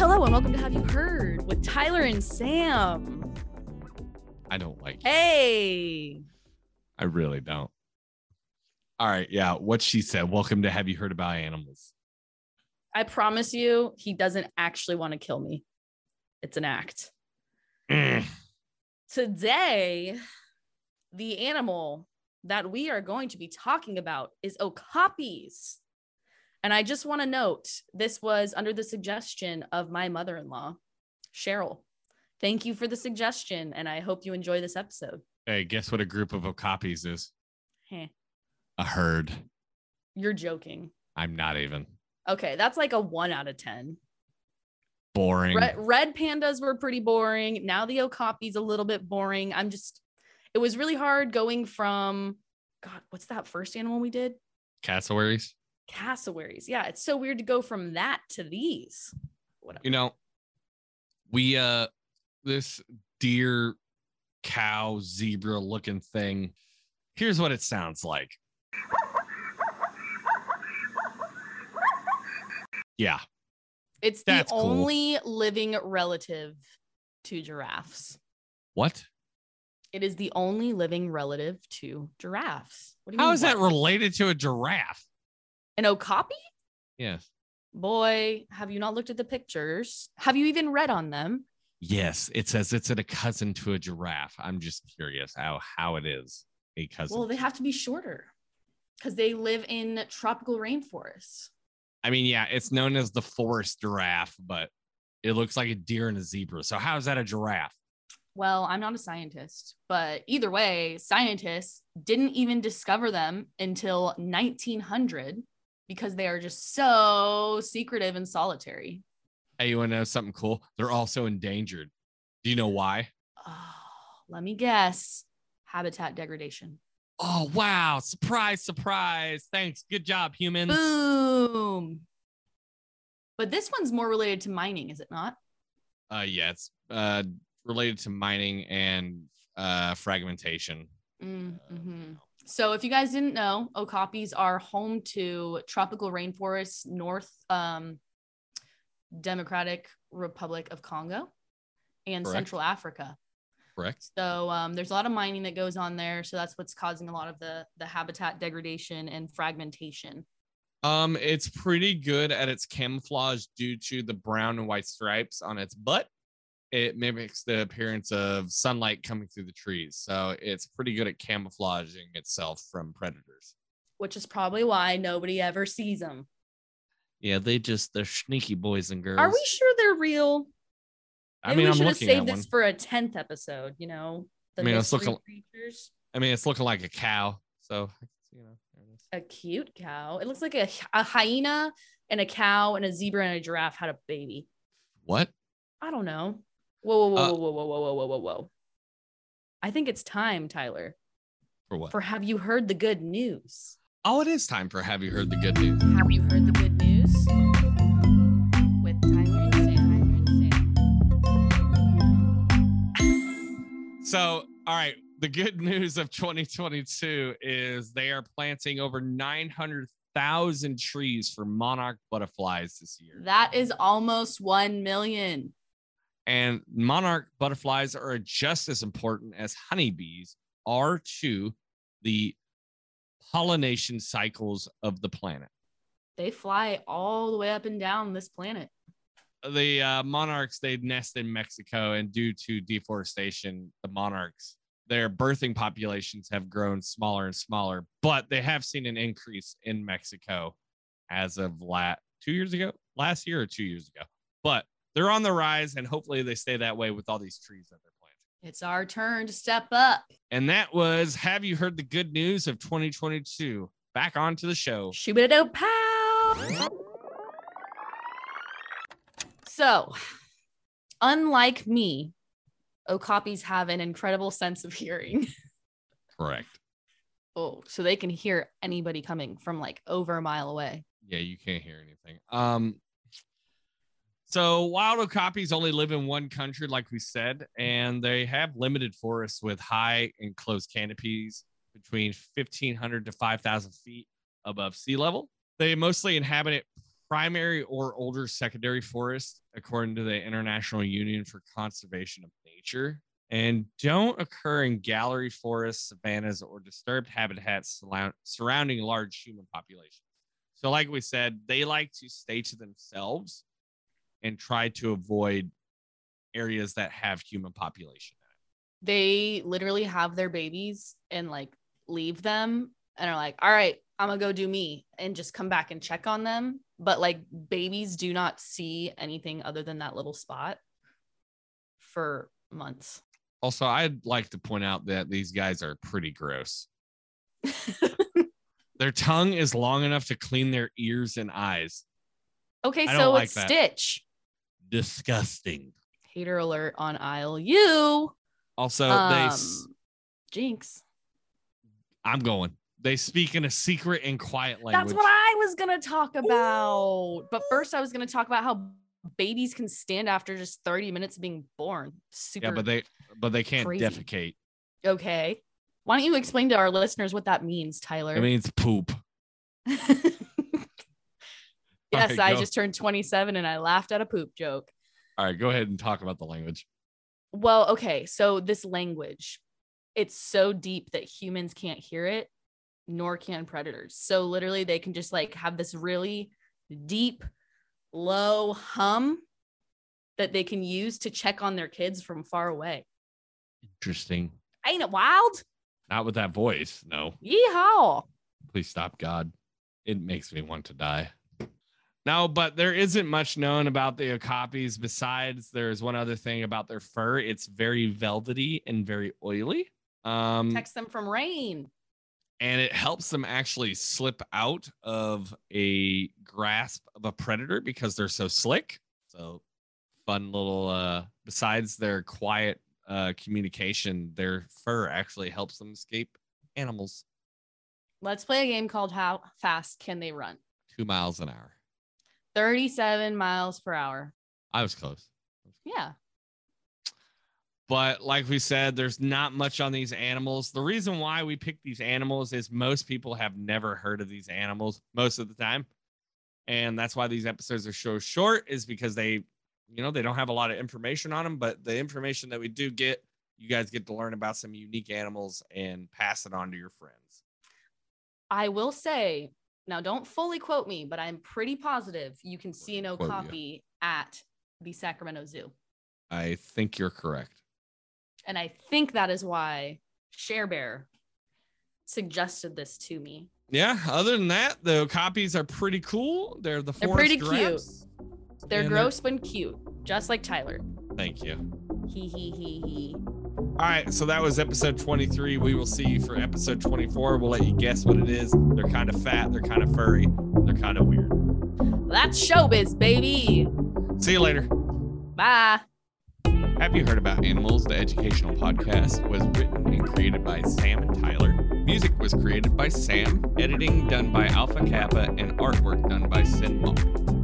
and welcome to Have You Heard with Tyler and Sam. I don't like you. Hey, I really don't. All right. Yeah. What she said. Welcome to Have You Heard About Animals? I promise you, he doesn't actually want to kill me. It's an act. Mm. Today, the animal that we are going to be talking about is okapis. And I just want to note this was under the suggestion of my mother in law, Cheryl. Thank you for the suggestion, and I hope you enjoy this episode. Hey, guess what a group of okapis is? Heh. A herd. You're joking. I'm not even. Okay, that's like a one out of 10. Boring. Red, red pandas were pretty boring. Now the okapi's a little bit boring. I'm just, it was really hard going from, God, what's that first animal we did? Cassowaries. Cassowaries. Yeah, it's so weird to go from that to these. You know, we, uh, this deer, cow, zebra looking thing. Here's what it sounds like. Yeah. It's That's the cool. only living relative to giraffes. What? It is the only living relative to giraffes. What do you How mean, is that what? related to a giraffe? An okapi? Yes. Boy, have you not looked at the pictures? Have you even read on them? Yes, it says it's a cousin to a giraffe. I'm just curious how how it is a cousin. Well, they have to be shorter because they live in tropical rainforests. I mean, yeah, it's known as the forest giraffe, but it looks like a deer and a zebra. So how is that a giraffe? Well, I'm not a scientist, but either way, scientists didn't even discover them until 1900 because they are just so secretive and solitary. Hey, you want to know something cool? They're also endangered. Do you know why? Oh, let me guess habitat degradation. Oh wow! Surprise, surprise! Thanks. Good job, humans. Boom. But this one's more related to mining, is it not? Uh, yeah, it's uh related to mining and uh fragmentation. Mm, Uh, mhm. So, if you guys didn't know, okapis are home to tropical rainforests, North um, Democratic Republic of Congo, and Correct. Central Africa. Correct. So, um, there's a lot of mining that goes on there. So that's what's causing a lot of the the habitat degradation and fragmentation. Um, it's pretty good at its camouflage due to the brown and white stripes on its butt. It mimics the appearance of sunlight coming through the trees, so it's pretty good at camouflaging itself from predators. which is probably why nobody ever sees them. Yeah, they just they're sneaky boys and girls. Are we sure they're real? I Maybe mean, we I'm should have looking at saved one. this for a tenth episode. You know, I mean, let's look mystery al- creatures. I mean, it's looking like a cow, so you know. there it is. A cute cow. It looks like a, a hyena and a cow and a zebra and a giraffe had a baby. What? I don't know. Whoa, whoa, whoa, Uh, whoa, whoa, whoa, whoa, whoa, whoa, whoa. I think it's time, Tyler, For what? for have you heard the good news? oh, it is time for Have You Heard the Good News? Have you heard the good news? With Tyler and Sam. So, all right, the good news of 2022 is they are planting over 900,000 trees for monarch butterflies this year. That is almost 1 million. And monarch butterflies are just as important as honeybees are to the pollination cycles of the planet. They fly all the way up and down this planet. The uh, monarchs they nest in Mexico, and due to deforestation, the monarchs their birthing populations have grown smaller and smaller, but they have seen an increase in Mexico as of la- two years ago, last year or two years ago. But they're on the rise, and hopefully they stay that way with all these trees that they're planting. It's our turn to step up. And that was Have You Heard the Good News of 2022? Back onto the show. Shoot it out, pow. So, unlike me, okapis have an incredible sense of hearing. Correct. Oh, so they can hear anybody coming from like over a mile away. Yeah, you can't hear anything. Um, so wild okapis only live in one country, like we said, and they have limited forests with high and closed canopies between 1,500 to 5,000 feet above sea level. They mostly inhabit primary or older secondary forest, according to the International Union for Conservation of Nature, and don't occur in gallery forests, savannas, or disturbed habitats surround- surrounding large human populations. So, like we said, they like to stay to themselves and try to avoid areas that have human population. They literally have their babies and like leave them and are like, all right, I'm gonna go do me and just come back and check on them. But like babies do not see anything other than that little spot for months. Also, I'd like to point out that these guys are pretty gross. their tongue is long enough to clean their ears and eyes. Okay, I so don't it's like that. Stitch. Disgusting. Hater alert on aisle U. Also, Oh, they um, s- Jinx. I'm going. They speak in a secret and quiet language. That's what I was gonna talk about. But first, I was gonna talk about how babies can stand after just 30 minutes of being born. Super. yeah, but they but they can't crazy. defecate. okay. Why don't you explain to our listeners what that means, Tyler? It means poop. yes, Alright, I go. just turned 27 and I laughed at a poop joke. All right, go ahead and talk about the language. Well, okay. So this language, it's so deep that humans can't hear it, nor can predators. So literally, they can just like have this really deep, low hum that they can use to check on their kids from far away. Interesting. Ain't it wild? Not with that voice. No. Yeehaw! Please stop, God. It makes me want to die. No, but there isn't much known about the okapis. Besides, there's one other thing about their fur. It's very velvety and very oily. Um, Text them from rain. and it helps them actually slip out of a grasp of a predator because they're so slick. So fun little uh besides their quiet uh communication, their fur actually helps them escape animals Let's play a game called How Fast Can They Run? 2 miles an hour. 37 miles per hour. I was close. Yeah. But like we said, there's not much on these animals. The reason why we pick these animals is most people have never heard of these animals most of the time. And that's why these episodes are so short, is because they, you know, they don't have a lot of information on them. But the information that we do get, you guys get to learn about some unique animals and pass it on to your friends. I will say, now don't fully quote me, but I'm pretty positive you can see an Quote you. okapi at the Sacramento Zoo. I think you're correct. And I think that is why Share Bear suggested this to me. Yeah. Other than that, the copies are pretty cool. They're the They're forest pretty cute. giraffes. They're And gross but cute, just like Tyler. Thank you. He he he he. All right, so that was episode 23. We will see you for episode 24. We'll let you guess what it is. They're kind of fat, they're kind of furry, they're kind of weird. That's showbiz, baby. See you later. Bye. Have You Heard About Animals, the educational podcast, was written and created by Sam and Tyler. Music was created by Sam, editing done by Alpha Kappa, and artwork done by Sid Monk.